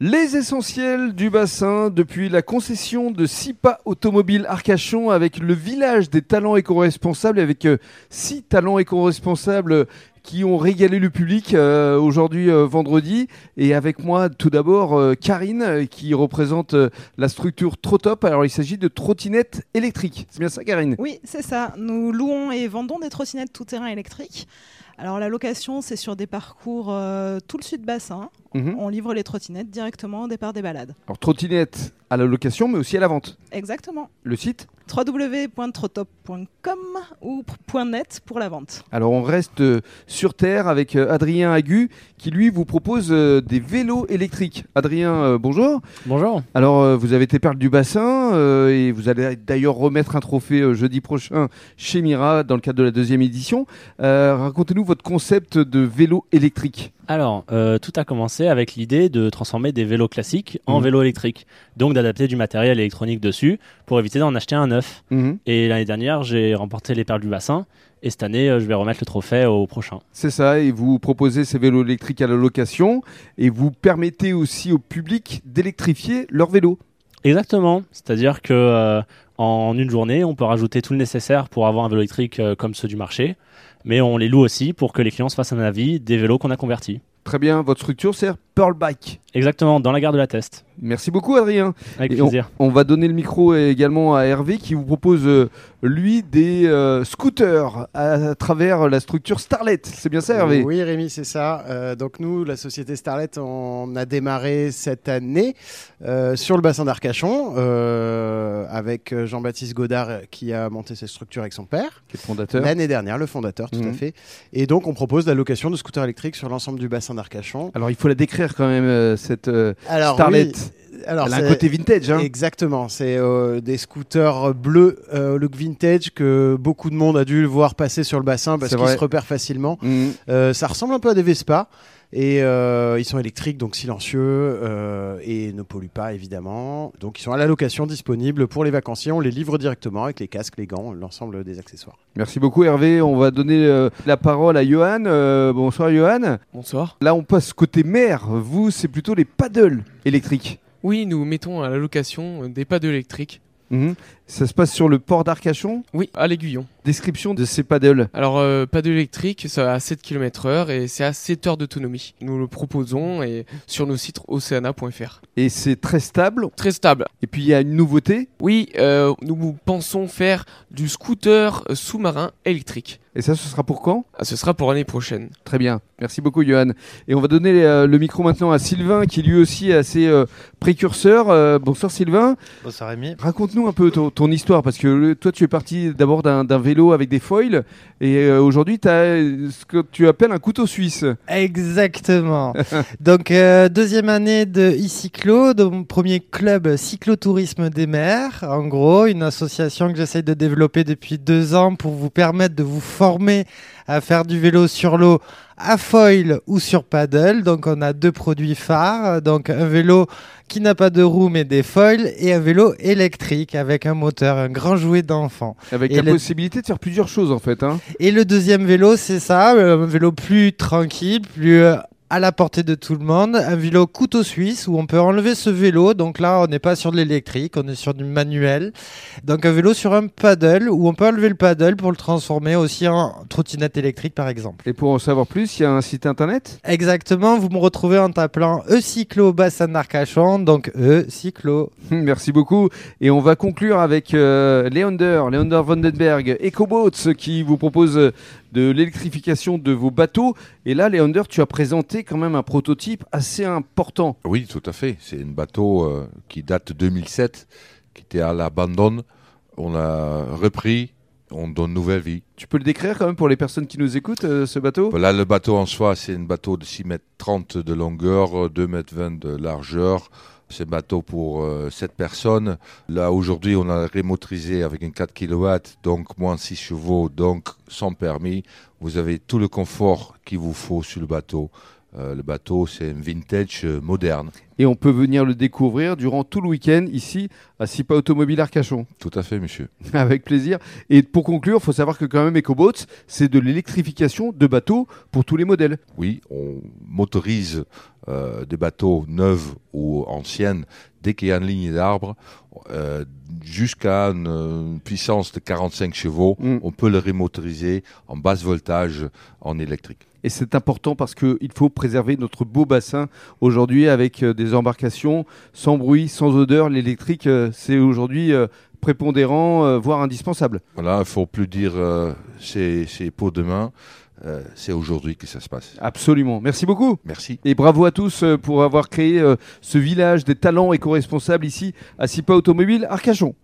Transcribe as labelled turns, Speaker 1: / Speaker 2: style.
Speaker 1: Les essentiels du bassin depuis la concession de SIPA Automobile Arcachon avec le village des talents éco-responsables avec euh, six talents éco-responsables qui ont régalé le public euh, aujourd'hui euh, vendredi et avec moi tout d'abord euh, Karine euh, qui représente euh, la structure Trotop. Alors il s'agit de trottinettes électriques. C'est bien ça Karine
Speaker 2: Oui, c'est ça. Nous louons et vendons des trottinettes tout-terrain électriques. Alors la location, c'est sur des parcours euh, tout le sud-bassin.
Speaker 1: Mhm.
Speaker 2: On livre les trottinettes directement au départ des balades.
Speaker 1: Alors trottinettes à la location mais aussi à la vente.
Speaker 2: Exactement.
Speaker 1: Le site
Speaker 2: www.trotop.com ou p- .net pour la vente.
Speaker 1: Alors on reste euh, sur Terre avec euh, Adrien Agu qui lui vous propose euh, des vélos électriques. Adrien, euh, bonjour.
Speaker 3: Bonjour.
Speaker 1: Alors euh, vous avez été perle du bassin euh, et vous allez d'ailleurs remettre un trophée euh, jeudi prochain chez Mira dans le cadre de la deuxième édition. Euh, Racontez-nous votre concept de vélo électrique.
Speaker 3: Alors, euh, tout a commencé avec l'idée de transformer des vélos classiques en
Speaker 1: Mhm.
Speaker 3: vélos électriques, donc d'adapter du matériel électronique dessus pour éviter d'en acheter un neuf.
Speaker 1: Mhm.
Speaker 3: Et l'année dernière, j'ai remporté les perles du bassin, et cette année, euh, je vais remettre le trophée au prochain.
Speaker 1: C'est ça, et vous proposez ces vélos électriques à la location et vous permettez aussi au public d'électrifier leur vélo.
Speaker 3: Exactement, c'est-à-dire que euh, en une journée, on peut rajouter tout le nécessaire pour avoir un vélo électrique euh, comme ceux du marché, mais on les loue aussi pour que les clients se fassent un avis des vélos qu'on a convertis.
Speaker 1: Très bien, votre structure c'est Pearl Bike.
Speaker 3: Exactement, dans la gare de la Teste.
Speaker 1: Merci beaucoup Adrien.
Speaker 3: Avec
Speaker 1: Et
Speaker 3: plaisir.
Speaker 1: On va donner le micro également à Hervé qui vous propose, euh, lui, des euh, scooters à, à travers la structure Starlet. C'est bien ça, Hervé
Speaker 4: Oui, Rémi, c'est ça. Euh, donc nous, la société Starlet, on a démarré cette année euh, sur le bassin d'Arcachon euh, avec Jean-Baptiste Godard qui a monté cette structure avec son père
Speaker 1: Qui est fondateur.
Speaker 4: l'année dernière, le fondateur, tout
Speaker 1: Mhm.
Speaker 4: à fait. Et donc on propose la location de scooters électriques sur l'ensemble du bassin d'Arcachon.
Speaker 1: Alors, il faut la décrire quand même, euh, cette euh,
Speaker 4: Alors,
Speaker 1: Starlet.
Speaker 4: oui, alors
Speaker 1: Elle a un
Speaker 4: c'est-
Speaker 1: côté vintage. Hein.
Speaker 4: Exactement, c'est euh, des scooters bleus euh, au look vintage que beaucoup de monde a dû voir passer sur le bassin parce
Speaker 1: C'est
Speaker 4: qu'ils
Speaker 1: vrai.
Speaker 4: se repèrent facilement.
Speaker 1: Mhm.
Speaker 4: Euh, ça ressemble un peu à des Vespa. Et euh, ils sont électriques, donc silencieux, euh, et ne polluent pas, évidemment. Donc ils sont à la location disponible pour les vacanciers. On les livre directement avec les casques, les gants, l'ensemble des accessoires.
Speaker 1: Merci beaucoup, Hervé. On va donner euh, la parole à Johan. Euh, bonsoir, Johan.
Speaker 5: Bonsoir.
Speaker 1: Là, on passe côté mer. Vous, c'est plutôt les paddles électriques.
Speaker 5: Oui, nous mettons à la location euh, des paddles électriques.
Speaker 1: Mhm. Ça se passe sur le port d'Arcachon.
Speaker 5: Oui, à l'aiguillon.
Speaker 1: Description de ces paddles.
Speaker 5: Alors, euh, paddle électrique, ça va à 7 km heure et c'est à 7 heures d'autonomie. Nous le proposons et sur nos sites oceana.fr.
Speaker 1: Et c'est très stable.
Speaker 5: Très stable.
Speaker 1: Et puis, il y a une nouveauté.
Speaker 5: Oui, euh, nous pensons faire du scooter euh, sous-marin électrique.
Speaker 1: Et ça, ce sera pour quand
Speaker 5: Ah, Ce sera pour l'année prochaine.
Speaker 1: Très bien, merci beaucoup Johan. Et on va donner euh, le micro maintenant à Sylvain qui lui aussi est assez euh, précurseur. Euh, bonsoir Sylvain,
Speaker 6: Bonsoir Rémi.
Speaker 1: raconte-nous un peu ton, ton histoire parce que le- toi tu es parti d'abord d'un d'un vélo avec des foils et euh, aujourd'hui tu as ce que tu appelles un couteau suisse.
Speaker 7: Exactement. Donc euh, deuxième année de e-cyclo, donc premier club cyclotourisme des mers. En gros, une association que j'essaye de développer depuis deux ans pour vous permettre de vous former à faire du vélo sur l'eau à foil ou sur paddle. Donc on a deux produits phares, donc un vélo qui n'a pas de roue mais des foils et un vélo électrique avec un moteur, un grand jouet d'enfant.
Speaker 1: Avec
Speaker 7: Et
Speaker 1: la
Speaker 7: le-
Speaker 1: possibilité de faire plusieurs choses en fait. Hein.
Speaker 7: Et le deuxième vélo, c'est ça, euh, un vélo plus tranquille, plus euh, à la portée de tout le monde, un vélo couteau suisse où on peut enlever ce vélo. Donc là, on n'est pas sur de l'électrique, on est sur du manuel. Donc un vélo sur un paddle où on peut enlever le paddle pour le transformer aussi en trottinette électrique, par exemple.
Speaker 1: Et pour en savoir plus, il y a un site internet.
Speaker 7: Exactement, vous me retrouvez en t'appelant E-Cyclo Bassin d'Arcachon, donc E-Cyclo.
Speaker 1: Hmm, merci beaucoup. Et on va conclure avec euh, Leander, Leander Vandenberg, EcoBoats qui vous propose euh, de l'électrification de vos bateaux. Et là, Leander, tu as présenté quand même un prototype assez important.
Speaker 8: Oui, tout à fait. C'est un bateau euh, qui date de 2007, qui était à l'abandon. On l'a repris, on donne nouvelle vie.
Speaker 1: Tu peux le décrire quand même pour les personnes qui nous écoutent, euh, ce bateau
Speaker 8: Là, le bateau en soi, c'est un bateau de 6 mètres 30 de longueur, 2 mètres 20 de largeur. C'est un bateau pour 7 personnes. Là, aujourd'hui, on a rémotorisé avec un 4 kW, donc moins 6 chevaux, donc sans permis. Vous avez tout le confort qu'il vous faut sur le bateau. Euh, le bateau, c'est un vintage euh, moderne.
Speaker 1: Et on peut venir le découvrir durant tout le week-end ici à Sipa Automobile Arcachon.
Speaker 8: Tout à fait, monsieur.
Speaker 1: Avec plaisir. Et pour conclure, faut savoir que quand même EcoBoats, c'est de l'électrification de bateaux pour tous les modèles.
Speaker 8: Oui, on motorise euh, des bateaux neufs ou anciens dès qu'il y a une ligne d'arbre euh, jusqu'à une, euh, puissance de 45 chevaux.
Speaker 1: Mm.
Speaker 8: On peut le remotoriser en basse voltage en électrique.
Speaker 1: Et c'est important parce qu'il faut préserver notre beau bassin aujourd'hui avec euh, des embarcations sans bruit, sans odeur. L'électrique, euh, c'est aujourd'hui euh, prépondérant, euh, voire indispensable.
Speaker 8: Voilà, il ne faut plus dire euh, c'est c'est pour demain, euh, c'est aujourd'hui que ça se passe.
Speaker 1: Absolument. Merci beaucoup.
Speaker 8: Merci.
Speaker 1: Et bravo à tous euh, pour avoir créé euh, ce village des talents éco-responsables ici à Sipa Automobile Arcachon.